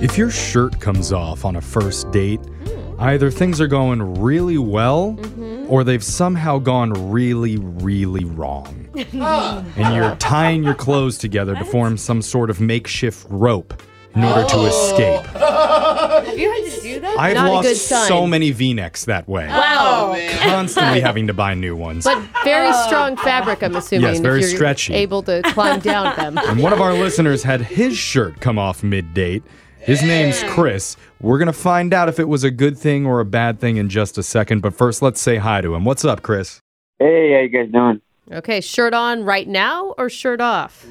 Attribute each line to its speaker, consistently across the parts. Speaker 1: If your shirt comes off on a first date, either things are going really well or they've somehow gone really, really wrong. and you're tying your clothes together to form some sort of makeshift rope in order to escape.
Speaker 2: Have you had to do that?
Speaker 1: I've
Speaker 3: Not a
Speaker 1: lost
Speaker 3: good sign.
Speaker 1: so many v necks that way.
Speaker 3: Wow.
Speaker 1: Constantly having to buy new ones.
Speaker 3: But very strong fabric, I'm assuming.
Speaker 1: Uh, Yes, very
Speaker 3: if you're
Speaker 1: stretchy.
Speaker 3: Able to climb down them.
Speaker 1: And one of our listeners had his shirt come off mid date. His name's Chris. We're going to find out if it was a good thing or a bad thing in just a second. But first, let's say hi to him. What's up, Chris?
Speaker 4: Hey, how you guys doing?
Speaker 3: Okay, shirt on right now or shirt off?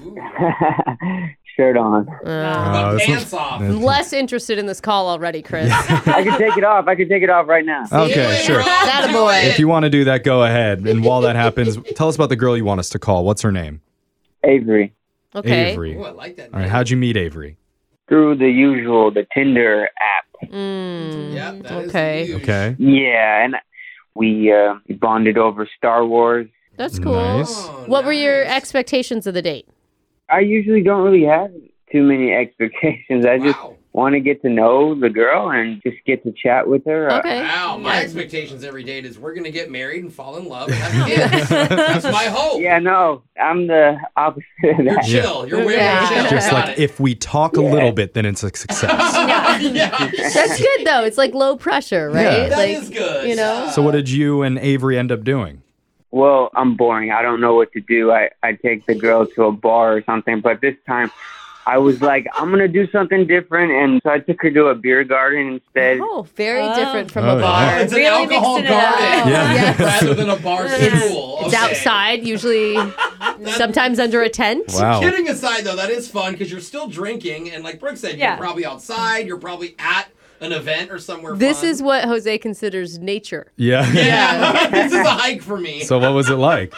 Speaker 4: Shirt on.
Speaker 3: Uh,
Speaker 1: Uh, this
Speaker 5: Dance
Speaker 1: looks-
Speaker 5: off.
Speaker 1: uh,
Speaker 3: less interested in this call already, Chris.
Speaker 4: I can take it off. I can take it off right now.
Speaker 1: okay, sure.
Speaker 3: That a boy.
Speaker 1: If you want to do that, go ahead. And while that happens, tell us about the girl you want us to call. What's her name?
Speaker 4: Avery,
Speaker 3: Okay.
Speaker 1: Avery.
Speaker 5: Ooh,
Speaker 1: All
Speaker 5: I like that.
Speaker 1: right, how'd you meet Avery?
Speaker 4: through the usual, the Tinder app.
Speaker 3: Mm,
Speaker 5: Yep, that is
Speaker 3: okay.
Speaker 5: huge.
Speaker 1: Okay.
Speaker 4: Yeah, and we uh, bonded over Star Wars.
Speaker 3: That's cool.
Speaker 1: Nice.
Speaker 5: Oh,
Speaker 3: What were your
Speaker 5: nice.
Speaker 3: expectations of the date?
Speaker 4: I usually don't really have too many expectations. I just
Speaker 5: Wow.
Speaker 4: want to get to know the girl and just get to chat with her. Uh,
Speaker 3: Okay.
Speaker 5: Wow, my expectations every date is we're gonna get married and fall in love and have kids. That's my hope.
Speaker 4: yeah, no, I'm the opposite of
Speaker 5: You're
Speaker 4: that.
Speaker 5: chill. You're way
Speaker 3: Yeah.
Speaker 5: more chill.
Speaker 1: Just
Speaker 5: about
Speaker 1: like
Speaker 5: it.
Speaker 1: if we talk a little bit, then it's a success.
Speaker 5: yeah.
Speaker 3: That's good though. It's like low pressure, right?
Speaker 1: Yeah.
Speaker 5: That
Speaker 3: like
Speaker 5: is good.
Speaker 3: you know?
Speaker 1: so, what did you and Avery end up doing?
Speaker 4: Well, I'm boring. I don't know what to do. I, I take the girl to a bar or something, but this time I was like, I'm going to do something different. And so I took her to a beer garden instead.
Speaker 3: oh, very
Speaker 2: Oh.
Speaker 3: different from
Speaker 1: Oh,
Speaker 3: a
Speaker 1: yeah.
Speaker 3: bar.
Speaker 5: It's an
Speaker 2: Really
Speaker 5: alcohol
Speaker 2: mixed it up.
Speaker 5: garden
Speaker 1: Yeah. Yes.
Speaker 5: rather than a bar stool.
Speaker 3: It's
Speaker 5: Okay.
Speaker 3: outside, usually sometimes under a tent.
Speaker 1: Wow.
Speaker 5: Kidding aside, though, that is fun because you're still drinking, and like Brooke said,
Speaker 2: Yeah.
Speaker 5: you're probably outside. You're probably at an event or somewhere.
Speaker 3: This
Speaker 5: fun.
Speaker 3: is what Jose considers nature.
Speaker 1: Yeah.
Speaker 5: Yeah, this is a hike for me.
Speaker 1: so, what was it like?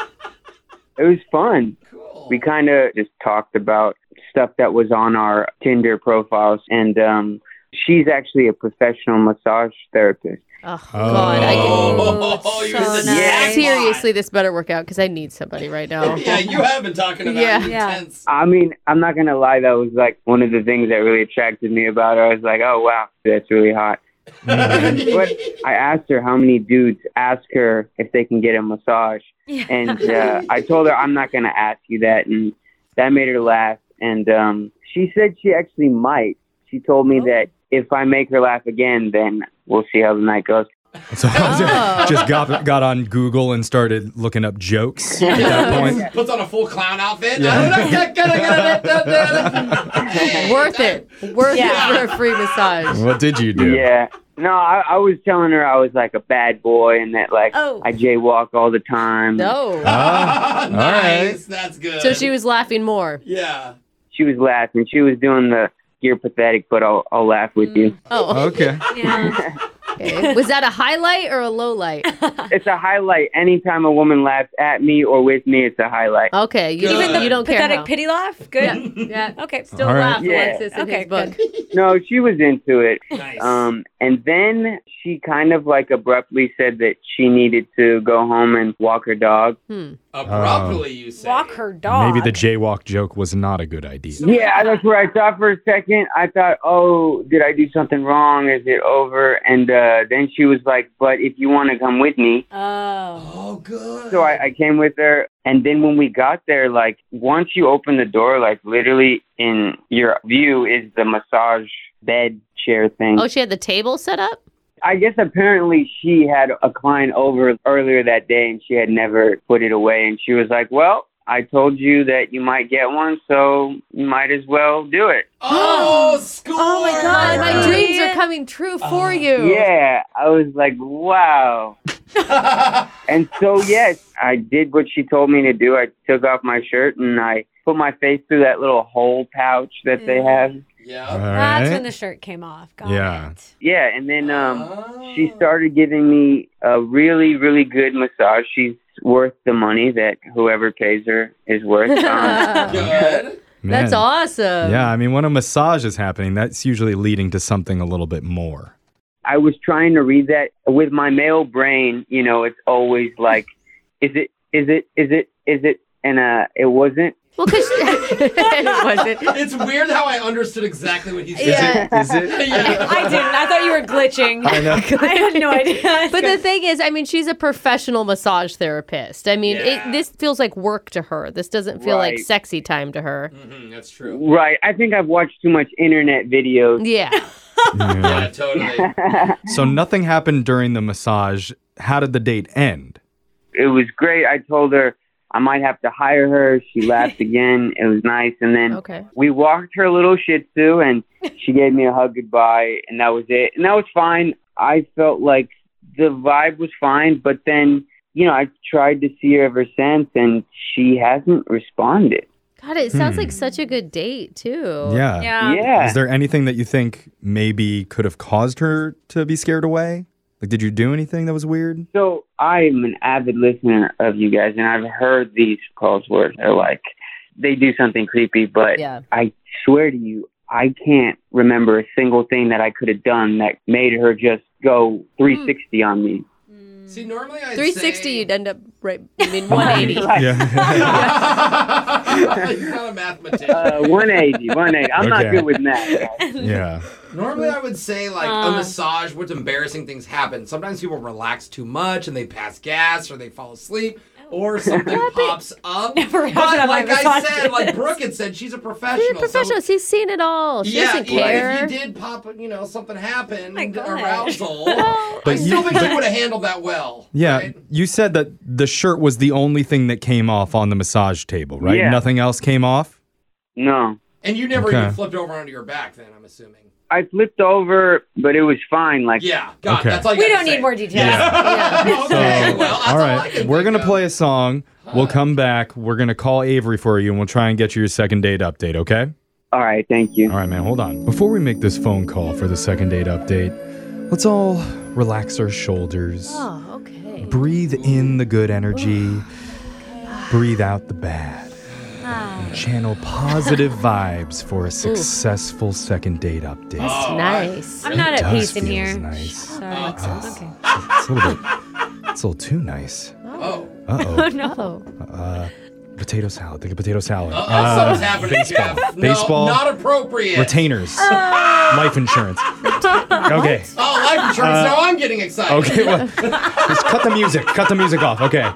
Speaker 4: It was fun.
Speaker 5: cool.
Speaker 4: We kind of just talked about stuff that was on our Tinder profiles. And um, she's actually a professional massage therapist.
Speaker 3: Oh, God, I
Speaker 5: Oh,
Speaker 3: can.
Speaker 5: you
Speaker 2: so
Speaker 5: hit the
Speaker 2: nice.
Speaker 5: jackpot.
Speaker 3: Seriously, this better work out because I need somebody right now.
Speaker 5: Yeah, you have been talking about
Speaker 3: Yeah.
Speaker 5: the
Speaker 2: Yeah.
Speaker 5: intense.
Speaker 4: I mean, I'm not going to lie. That was like one of the things that really attracted me about her. I was like, oh, wow, that's really hot.
Speaker 1: Mm-hmm.
Speaker 4: but I asked her how many dudes ask her if they can get a massage, and uh, I told her I'm not going to ask you that, and that made her laugh. And um, she said she actually might. She told me that if I make her laugh again, then we'll see how the night goes.
Speaker 1: So
Speaker 3: Oh.
Speaker 1: just got got on Google and started looking up jokes at that point.
Speaker 5: Puts on a full clown outfit.
Speaker 3: Worth it. Worth
Speaker 2: Yeah.
Speaker 3: it for a free massage.
Speaker 1: What did you do?
Speaker 4: Yeah. No, I, I was telling her I was like a bad boy and that like
Speaker 2: Oh.
Speaker 4: I jaywalk all the time.
Speaker 3: No.
Speaker 5: uh,
Speaker 1: Ah,
Speaker 5: nice. That's good.
Speaker 3: so she was laughing more.
Speaker 5: Yeah.
Speaker 4: She was laughing. She was doing the you're pathetic, but I'll, I'll laugh with you.
Speaker 3: Oh,
Speaker 1: Okay.
Speaker 2: Yeah.
Speaker 3: okay. Was that a highlight or a low light?
Speaker 4: It's a highlight. Anytime a woman laughs at me or with me, it's a highlight.
Speaker 3: Okay, you,
Speaker 5: Even
Speaker 3: don't,
Speaker 5: the
Speaker 3: Uh, you don't care.
Speaker 2: Pathetic
Speaker 3: how.
Speaker 2: pity laugh. Good.
Speaker 3: yeah.
Speaker 2: Okay.
Speaker 3: Still
Speaker 1: All right.
Speaker 3: laugh,
Speaker 4: Yeah.
Speaker 3: Alexis, in
Speaker 2: Okay,
Speaker 3: his book.
Speaker 4: No, she was into it.
Speaker 5: Nice.
Speaker 4: Um, and then she kind of like abruptly said that she needed to go home and walk her dog.
Speaker 5: Abruptly, Uh, you say.
Speaker 2: Walk her dog.
Speaker 1: Maybe the jaywalk joke was not a good idea.
Speaker 4: Yeah, that's where I thought for a second. I thought, oh, did I do something wrong? Is it over? And uh, then she was like, but if you want to come with me.
Speaker 2: Oh.
Speaker 5: Oh, good.
Speaker 4: So I, I came with her. And then when we got there, like, once you open the door, like, literally in your view is the massage bed chair thing.
Speaker 3: Oh, she had the table set up?
Speaker 4: I guess apparently she had a client over earlier that day and she had never put it away. And she was like, Well, I told you that you might get one, so you might as well do it.
Speaker 5: oh, score.
Speaker 2: Oh, my
Speaker 5: Uh,
Speaker 2: God.
Speaker 3: My
Speaker 2: Wow.
Speaker 3: dreams are coming true for you.
Speaker 4: Yeah. I was like, Wow. and so, yes, I did what she told me to do. I took off my shirt and I put my face through that little hole pouch that they have.
Speaker 1: All
Speaker 5: yeah.
Speaker 2: That's when
Speaker 1: right.
Speaker 2: the shirt came off. Got
Speaker 1: Yeah.
Speaker 2: it.
Speaker 4: Yeah. And then, um,
Speaker 5: Oh.
Speaker 4: she started giving me a really, really good massage. She's worth the money that whoever pays her is worth. Um,
Speaker 5: Good.
Speaker 3: That's
Speaker 1: Man.
Speaker 3: awesome.
Speaker 1: Yeah, I mean, when a massage is happening, that's usually leading to something a little bit more.
Speaker 4: I was trying to read that with my male brain. You know, it's always like, is it, is it, is it, is it, and uh, it wasn't.
Speaker 3: Well, because it wasn't.
Speaker 5: It's weird how I understood exactly what he said.
Speaker 3: Yeah.
Speaker 1: Is it?
Speaker 5: Yeah.
Speaker 2: I didn't. I thought you were glitching. I
Speaker 1: know.
Speaker 2: had no idea.
Speaker 3: But the thing is, I mean, she's a professional massage therapist. I mean,
Speaker 5: Yeah.
Speaker 3: it, this feels like work to her. This doesn't feel like
Speaker 4: Right.
Speaker 3: sexy time to her.
Speaker 5: Mhm, that's true.
Speaker 4: Right. I think I've watched too much internet videos.
Speaker 3: Yeah.
Speaker 5: Yeah, totally.
Speaker 1: So nothing happened during the massage. How did the date end?
Speaker 4: It was great. I told her I might have to hire her. She laughed again. It was nice. And then
Speaker 3: Okay.
Speaker 4: we walked her little Shih Tzu, and she gave me a hug goodbye, and that was it. And that was fine. I felt like the vibe was fine, but then you know I've tried to see her ever since, and she hasn't responded.
Speaker 3: God, it sounds
Speaker 1: Hmm.
Speaker 3: like such a good date too.
Speaker 1: Yeah.
Speaker 2: yeah.
Speaker 4: yeah.
Speaker 1: Is there anything that you think maybe could have caused her to be scared away? Like, did you do anything that was weird?
Speaker 4: So I'm an avid listener of you guys, and I've heard these calls where they're like, they do something creepy, but
Speaker 3: Yeah.
Speaker 4: I swear to you, I can't remember a single thing that I could have done that made her just go 360 on me.
Speaker 5: See, normally I
Speaker 3: 360,
Speaker 5: say...
Speaker 3: you'd end up right. I mean, 180.
Speaker 1: Yeah.
Speaker 5: He's not a mathematician.
Speaker 4: Uh, 180, 180. I'm
Speaker 1: Okay.
Speaker 4: not good with math. guys.
Speaker 1: yeah.
Speaker 5: Normally, I would say like a
Speaker 2: Uh.
Speaker 5: massage. What's embarrassing things happen. Sometimes people relax too much and they pass gas or they fall asleep or something pops up.
Speaker 2: Never
Speaker 5: but
Speaker 2: happened on my
Speaker 5: like I
Speaker 2: massage
Speaker 5: said, like
Speaker 2: therapist.
Speaker 5: Brooke had said, she's a professional.
Speaker 3: She's a professional.
Speaker 5: So,
Speaker 3: She's seen it all. She
Speaker 5: yeah,
Speaker 3: doesn't care.
Speaker 5: Like, if you did pop, you know, something happened,
Speaker 2: my God.
Speaker 5: arousal. I
Speaker 1: But
Speaker 5: still
Speaker 1: you-
Speaker 5: think she would have handled that well.
Speaker 1: Yeah.
Speaker 5: right?
Speaker 1: You said that the shirt was the only thing that came off on the massage table, right?
Speaker 4: Yeah.
Speaker 1: Nothing else came off?
Speaker 4: No.
Speaker 5: And you never
Speaker 1: Okay.
Speaker 5: even flipped over onto your back then. I'm assuming.
Speaker 4: I flipped over, but it was fine. Like,
Speaker 5: Yeah. God,
Speaker 1: Okay.
Speaker 5: that's all you
Speaker 2: We
Speaker 5: gotta
Speaker 2: don't
Speaker 5: say.
Speaker 2: need more details.
Speaker 5: Yeah. okay. Well, that's
Speaker 1: all
Speaker 5: all
Speaker 1: right.
Speaker 5: I can
Speaker 1: We're
Speaker 5: think
Speaker 1: going to
Speaker 5: of.
Speaker 1: play a song. We'll come back. We're going to call Avery for you and we'll try and get you your second date update, okay?
Speaker 4: all right, thank you.
Speaker 1: All right, man, hold on. Before we make this phone call for the second date update, let's all relax our shoulders.
Speaker 3: Oh, okay.
Speaker 1: Breathe in the good energy, breathe out the bad. and Channel positive vibes for a successful second date update.
Speaker 5: Oh,
Speaker 3: nice.
Speaker 2: I'm not at
Speaker 1: Does
Speaker 2: peace in
Speaker 1: feels
Speaker 2: here.
Speaker 1: Nice.
Speaker 2: Sorry, Alexis. Okay.
Speaker 1: It's a little bit, it's a little too nice.
Speaker 5: Oh.
Speaker 1: Uh oh.
Speaker 3: No.
Speaker 1: potato salad. Think of potato salad.
Speaker 5: Uh,
Speaker 1: Uh,
Speaker 5: something's happening, baseball. Jeff. No,
Speaker 1: Baseball.
Speaker 5: not appropriate.
Speaker 1: retainers. Life insurance. Okay.
Speaker 5: Oh, life insurance. now I'm getting excited.
Speaker 1: Uh, Okay. Well, just cut the music. Cut the music off. Okay.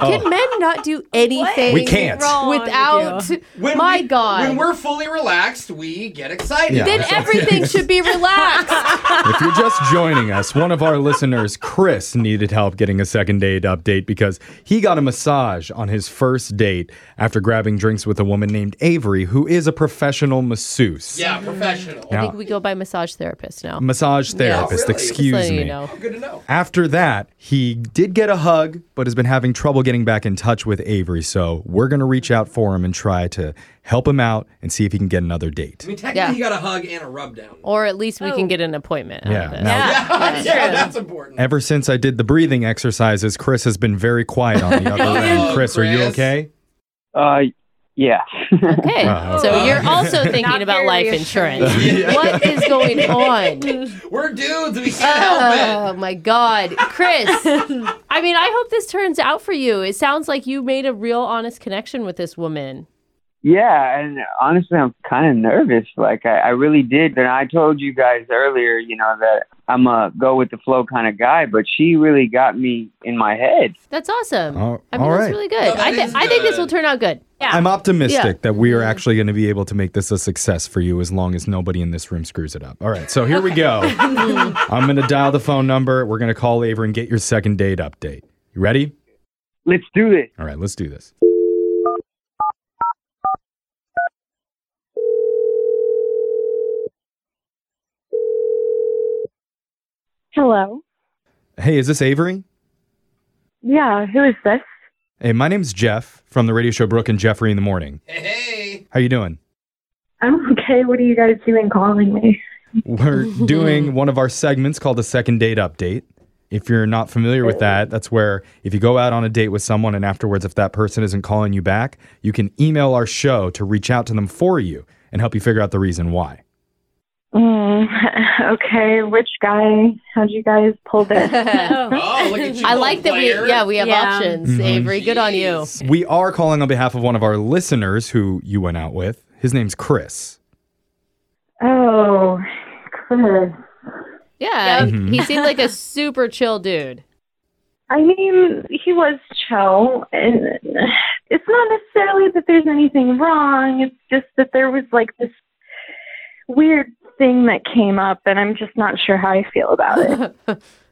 Speaker 3: Can men not do anything?
Speaker 1: Oh. We can't.
Speaker 2: wrong with
Speaker 3: Without
Speaker 5: When
Speaker 3: my
Speaker 5: we-
Speaker 3: God.
Speaker 5: When we're fully relaxed, we get excited.
Speaker 1: Yeah.
Speaker 3: then
Speaker 1: That's
Speaker 3: everything should be relaxed.
Speaker 1: If you're just joining us, one of our listeners, Chris, needed help getting a second date update because he got a massage on his first date after grabbing drinks with a woman named Avery, who is a professional masseuse.
Speaker 5: Yeah, professional.
Speaker 1: Now,
Speaker 3: we go by massage therapist now.
Speaker 1: massage therapist,
Speaker 5: really?
Speaker 1: excuse
Speaker 3: Just so
Speaker 1: me.
Speaker 3: you know.
Speaker 5: Good to know.
Speaker 1: After that, he did get a hug, but has been having trouble getting back in touch with Avery. So we're going to reach out for him and try to help him out and see if he can get another date.
Speaker 5: I mean, technically,
Speaker 3: Yeah.
Speaker 5: you got a hug and a rub down.
Speaker 3: Or at least we
Speaker 2: Oh.
Speaker 3: can get an appointment out
Speaker 1: Yeah,
Speaker 3: of this.
Speaker 1: now-
Speaker 5: yeah, that's important.
Speaker 1: Ever since I did the breathing exercises, Chris has been very quiet on the other end.
Speaker 5: Oh,
Speaker 1: Chris, are you
Speaker 5: Chris.
Speaker 1: okay?
Speaker 4: Uh, yeah.
Speaker 3: Okay.
Speaker 1: Wow.
Speaker 3: So you're also
Speaker 2: Not
Speaker 3: thinking about
Speaker 2: very
Speaker 3: life
Speaker 2: reassuring.
Speaker 3: insurance. What is going on?
Speaker 5: We're dudes. We can't help
Speaker 3: Oh my God. Chris, I mean, I hope this turns out for you. It sounds like you made a real honest connection with this woman.
Speaker 4: yeah, and honestly, I'm kind of nervous. Like, I, I really did. And I told you guys earlier, you know, that I'm a go with the flow kind of guy, but she really got me in my head.
Speaker 3: That's awesome.
Speaker 1: Oh,
Speaker 3: I mean,
Speaker 1: all right.
Speaker 3: that's really good.
Speaker 5: That
Speaker 3: I, thi-
Speaker 5: is
Speaker 3: I think this
Speaker 5: good.
Speaker 3: will turn out good.
Speaker 2: Yeah.
Speaker 1: I'm optimistic
Speaker 3: Yeah.
Speaker 1: that we are actually going to be able to make this a success for you as long as nobody in this room screws it up. All right, so here we go. I'm going to dial the phone number. We're going to call Avery and get your second date update. You ready?
Speaker 4: Let's do this.
Speaker 1: All right, let's do this.
Speaker 6: Hello.
Speaker 1: Hey, is this Avery?
Speaker 6: Yeah, who is this?
Speaker 1: Hey, my name's Jeff from the radio show Brooke and Jeffrey in the Morning.
Speaker 5: it. Hey.
Speaker 1: How you doing?
Speaker 6: I'm okay. What are you guys doing calling me?
Speaker 1: We're doing one of our segments called the second date update. If you're not familiar with that, that's where if you go out on a date with someone and afterwards if that person isn't calling you back, you can email our show to reach out to them for you and help you figure out the reason why.
Speaker 6: Mm, okay, which guy? How'd you guys pull this?
Speaker 5: Oh, look at you.
Speaker 3: I like that we
Speaker 5: player.
Speaker 3: yeah we have
Speaker 2: Yeah.
Speaker 3: options.
Speaker 1: Mm-hmm.
Speaker 3: Avery, good on you.
Speaker 1: We are calling on behalf of one of our listeners who you went out with. His name's Chris.
Speaker 6: oh, Chris.
Speaker 3: Yeah,
Speaker 1: Mm-hmm.
Speaker 3: he seemed like a super chill dude.
Speaker 6: I mean, he was chill, and it's not necessarily that there's anything wrong. It's just that there was like this weird thing that came up, and I'm just not sure how I feel about it.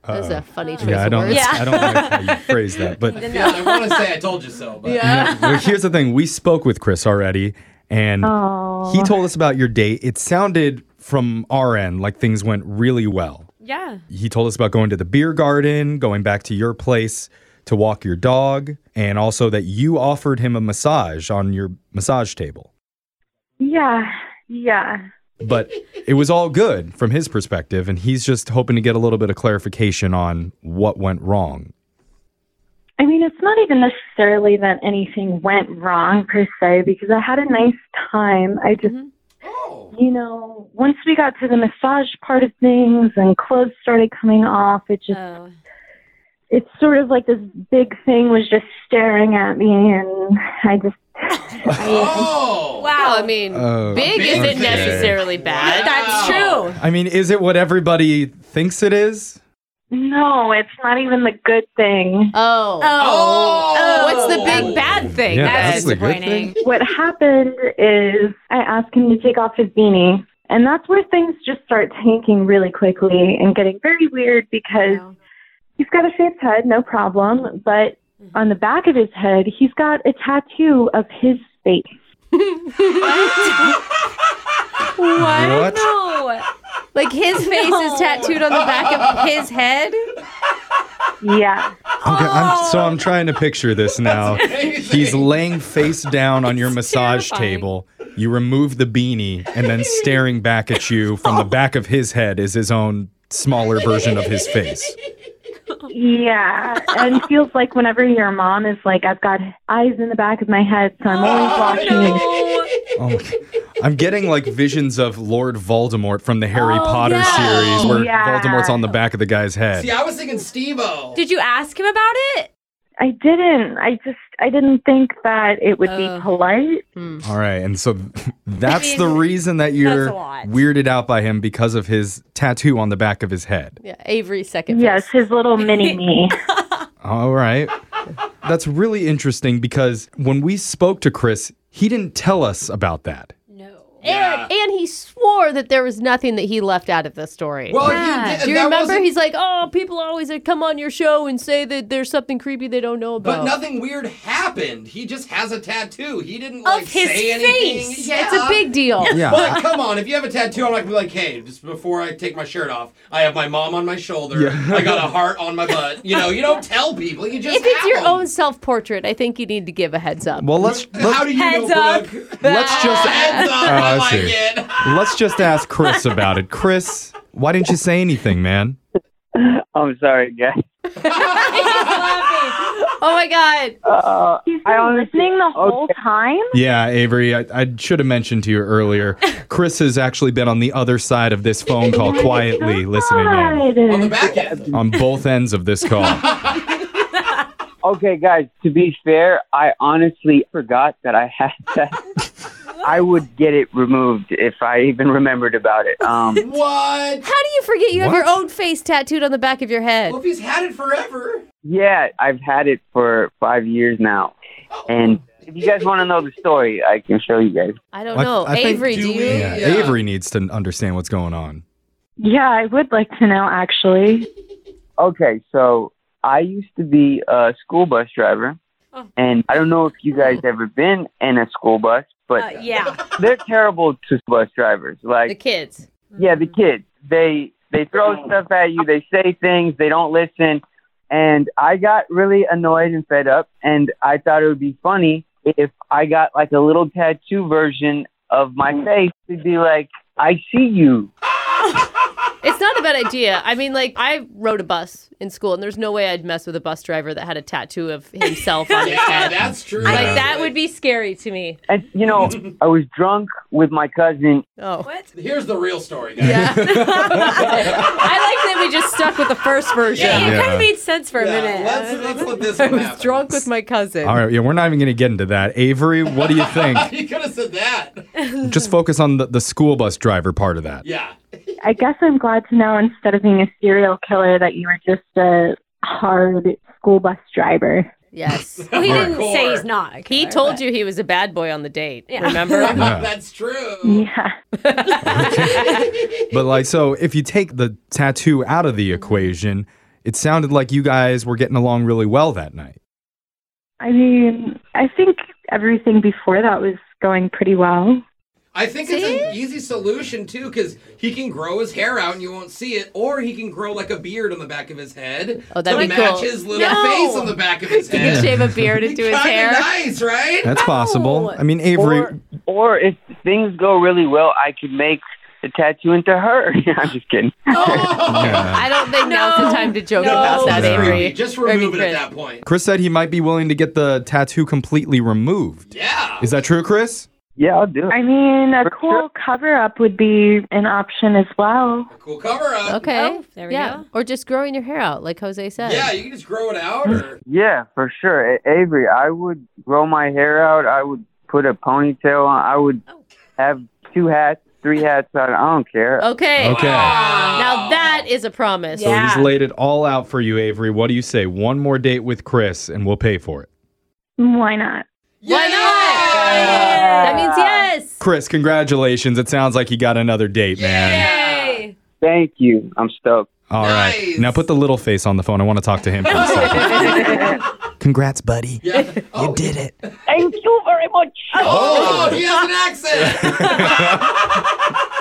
Speaker 3: That's a funny choice
Speaker 1: Uh, Yeah, I
Speaker 3: of
Speaker 1: don't.
Speaker 3: words.
Speaker 1: I don't like how you phrase that, but
Speaker 5: Yeah, I want to say I told you so, but
Speaker 1: Well, here's the thing. We spoke with Chris already, and
Speaker 6: Oh,
Speaker 1: he told us about your date. It sounded from our end like things went really well.
Speaker 2: Yeah.
Speaker 1: He told us about going to the beer garden, going back to your place to walk your dog, and also that you offered him a massage on your massage table.
Speaker 6: yeah, yeah.
Speaker 1: But it was all good from his perspective, and he's just hoping to get a little bit of clarification on what went wrong.
Speaker 6: I mean, it's not even necessarily that anything went wrong per se, because I had a nice time. I just,
Speaker 5: Oh.
Speaker 6: you know, once we got to the massage part of things and clothes started coming off, it just,
Speaker 2: Oh.
Speaker 6: it's sort of like this big thing was just staring at me, and I just,
Speaker 5: oh,
Speaker 3: Wow, I mean, oh.
Speaker 1: Uh,
Speaker 3: big
Speaker 5: big
Speaker 3: isn't
Speaker 5: thing.
Speaker 3: necessarily bad.
Speaker 2: That's true.
Speaker 1: I mean, is it what everybody thinks it is?
Speaker 6: no, it's not even the good thing.
Speaker 3: Oh.
Speaker 5: Oh.
Speaker 3: what's the big bad thing?
Speaker 1: Yeah,
Speaker 3: then?
Speaker 1: that's the good thing.
Speaker 6: What happened is I asked him to take off his beanie. And that's where things just start tanking really quickly and getting very weird because He's got a shaved head, no problem, but on the back of his head, he's got a tattoo of his face.
Speaker 1: What?
Speaker 2: No.
Speaker 7: Like his face is tattooed on the back of his head.
Speaker 6: Yeah.
Speaker 1: Okay, I'm, so I'm trying to picture this now. He's laying face down on your massage
Speaker 2: terrifying.
Speaker 1: table. You remove the beanie, and then staring back at you from the back of his head is his own smaller version of his face.
Speaker 6: Yeah. and feels like whenever your mom is like, I've got eyes in the back of my head, so I'm always watching.
Speaker 1: Oh, my God. I'm getting like visions of Lord Voldemort from the Harry Potter
Speaker 2: yeah.
Speaker 1: series where
Speaker 6: Yeah.
Speaker 1: Voldemort's on the back of the guy's head.
Speaker 5: See, I was thinking Steve-O.
Speaker 2: Did you ask him about it?
Speaker 6: I didn't. I just, I didn't think that it would
Speaker 2: Uh.
Speaker 6: be polite.
Speaker 1: All right, and so that's the reason that you're
Speaker 2: that's a lot.
Speaker 1: weirded out by him because of his tattoo on the back of his head.
Speaker 3: Yeah, Avery second.
Speaker 6: Yes, his little mini me.
Speaker 1: All right. That's really interesting because when we spoke to Chris, he didn't tell us about that.
Speaker 3: And, and he swore that there was nothing that he left out of the story.
Speaker 5: Well, you did,
Speaker 3: Do you
Speaker 5: that
Speaker 3: remember?
Speaker 5: wasn't-
Speaker 3: He's like, oh, people always uh, come on your show and say that there's something creepy they don't know
Speaker 5: But
Speaker 3: about.
Speaker 5: nothing weird happened. He just has a tattoo. He didn't like
Speaker 2: his
Speaker 5: say anything.
Speaker 2: face.
Speaker 5: Yeah.
Speaker 3: it's a big deal.
Speaker 5: But come on, if you have a tattoo, I'm not gonna be like, hey, just before I take my shirt off, I have my mom on my shoulder.
Speaker 1: Yeah.
Speaker 5: I got a heart on my butt. You know, you don't tell people. You just
Speaker 3: If it's
Speaker 5: have
Speaker 3: your
Speaker 5: them.
Speaker 3: own self portrait, I think you need to give a heads up.
Speaker 1: Well, let's
Speaker 5: How
Speaker 1: let,
Speaker 5: do you
Speaker 2: Heads
Speaker 5: know,
Speaker 2: up.
Speaker 5: Brooke?
Speaker 1: let's just Oh,
Speaker 5: Heads
Speaker 1: I
Speaker 5: up. I like
Speaker 1: see.
Speaker 5: it.
Speaker 1: let's just ask Chris about it. Chris, why didn't you say anything, man?
Speaker 4: I'm sorry, guys.
Speaker 3: oh my God.
Speaker 4: Uh,
Speaker 6: He's
Speaker 4: I
Speaker 6: been
Speaker 4: honestly-
Speaker 6: listening the whole time.
Speaker 1: Yeah, Avery, I, I should have mentioned to you earlier. Chris has actually been on the other side of this phone call, quietly listening in
Speaker 5: On the
Speaker 6: God.
Speaker 5: back end.
Speaker 1: on both ends of this call.
Speaker 4: Okay, guys, to be fair, I honestly forgot that I had that. I would get it removed if I even remembered about it. Um,
Speaker 5: What?
Speaker 3: How do you forget you
Speaker 1: What?
Speaker 3: have your own face tattooed on the back of your head?
Speaker 5: Well, if he's had it forever.
Speaker 4: yeah, I've had it for five years now.
Speaker 5: Oh.
Speaker 4: And if you guys want to know the story, I can show you guys.
Speaker 3: I don't
Speaker 1: I-
Speaker 3: know.
Speaker 1: I think-
Speaker 3: Oh, Avery,
Speaker 5: Do
Speaker 3: do
Speaker 5: we-
Speaker 3: you?
Speaker 1: Yeah,
Speaker 5: Yeah.
Speaker 1: Avery needs to understand what's going on.
Speaker 6: Yeah, I would like to know, actually.
Speaker 4: Okay, so I used to be a school bus driver,
Speaker 2: Oh.
Speaker 4: and I don't know if you guys ever been in a school bus, but
Speaker 2: Uh, yeah.
Speaker 4: they're terrible to bus drivers.
Speaker 3: The
Speaker 4: Like,
Speaker 3: kids.
Speaker 4: yeah, the
Speaker 2: mm.
Speaker 4: kids they they throw stuff at you, they say things, they don't listen, and I got really annoyed and fed up, and I thought it would be funny if I got like a little tattoo
Speaker 2: Mm.
Speaker 4: version of my face to be like, I see you.
Speaker 3: It's not not a bad idea. I mean, like I rode a bus in school, and there's no way I'd mess with a bus driver that had a tattoo of himself on his
Speaker 5: Yeah,
Speaker 3: head.
Speaker 5: that's true.
Speaker 3: Like that would be scary to me.
Speaker 4: And you know, I was drunk with my cousin.
Speaker 3: Oh,
Speaker 2: What?
Speaker 5: Here's the real story, guys.
Speaker 3: I like that we just stuck with the first version.
Speaker 2: It
Speaker 1: Yeah.
Speaker 2: kind of made sense for a
Speaker 5: Yeah,
Speaker 2: minute.
Speaker 5: let's, let's let this
Speaker 3: I
Speaker 5: one
Speaker 3: was
Speaker 5: happen.
Speaker 3: drunk with my cousin.
Speaker 1: All right, yeah, we're not even going to get into that. Avery, what do you think?
Speaker 5: You could have said that.
Speaker 1: Just focus on the, the school bus driver part of that.
Speaker 5: Yeah.
Speaker 6: I guess I'm glad to know instead of being a serial killer that you were just a hard school bus driver.
Speaker 3: Yes.
Speaker 2: Well, he
Speaker 1: All right.
Speaker 2: didn't say he's not. a
Speaker 3: He
Speaker 2: killer,
Speaker 3: told
Speaker 2: but-
Speaker 3: you he was a bad boy on the date.
Speaker 2: Yeah.
Speaker 3: Remember?
Speaker 1: Yeah.
Speaker 5: That's true.
Speaker 4: Oh.
Speaker 6: Yeah.
Speaker 1: But like, so if you take the tattoo out of the equation, it sounded like you guys were getting along really well that night.
Speaker 6: I mean, I think everything before that was going pretty well.
Speaker 5: I think it's an easy solution too, because he can grow his hair out and you won't see it, or he can grow like a beard on the back of his head
Speaker 3: Oh, that'd
Speaker 5: to
Speaker 3: be
Speaker 5: match
Speaker 3: cool.
Speaker 5: his little
Speaker 2: No.
Speaker 5: face on the back of his
Speaker 3: He could
Speaker 5: head.
Speaker 3: shave a beard into his
Speaker 5: Kinda
Speaker 3: hair.
Speaker 5: nice, right?
Speaker 1: That's possible. I mean, Avery,
Speaker 4: Or, or if things go really well, I could make the tattoo into her. I'm just kidding.
Speaker 5: Oh.
Speaker 1: yeah.
Speaker 3: I don't think now's the time to joke
Speaker 2: No.
Speaker 3: about that,
Speaker 1: No.
Speaker 3: Avery.
Speaker 5: Just
Speaker 3: Or I mean,
Speaker 5: remove it at
Speaker 3: Chris.
Speaker 5: that point.
Speaker 1: Chris said he might be willing to get the tattoo completely removed.
Speaker 5: Yeah.
Speaker 1: Is that true, Chris?
Speaker 4: Yeah, I'll do it.
Speaker 6: I mean, a
Speaker 4: For
Speaker 6: cool
Speaker 4: sure.
Speaker 6: cover up would be an option as well.
Speaker 5: Cool cover up.
Speaker 3: Okay.
Speaker 2: Oh, there we
Speaker 3: yeah.
Speaker 2: go.
Speaker 3: Or just growing your hair out, like Jose said.
Speaker 5: Yeah, you can just grow it out. Or...
Speaker 4: Yeah, for sure. A- Avery, I would grow my hair out. I would put a ponytail on. I would have two hats, three hats on. I don't care.
Speaker 3: Okay.
Speaker 1: Okay.
Speaker 3: Now that is a promise.
Speaker 1: So he's
Speaker 2: Yeah.
Speaker 1: laid it all out for you, Avery. What do you say? One more date with Chris and we'll pay for it.
Speaker 6: Why not?
Speaker 3: Why not? That means yes.
Speaker 1: Chris, congratulations. It sounds like you got another date, man.
Speaker 2: Yay.
Speaker 4: Thank you. I'm stoked.
Speaker 1: All right.
Speaker 5: Nice.
Speaker 1: Now put the little face on the phone. I want to talk to him for a second. Congrats, buddy.
Speaker 5: Yeah. Oh,
Speaker 1: Did Oh. it.
Speaker 5: oh, he has an accent.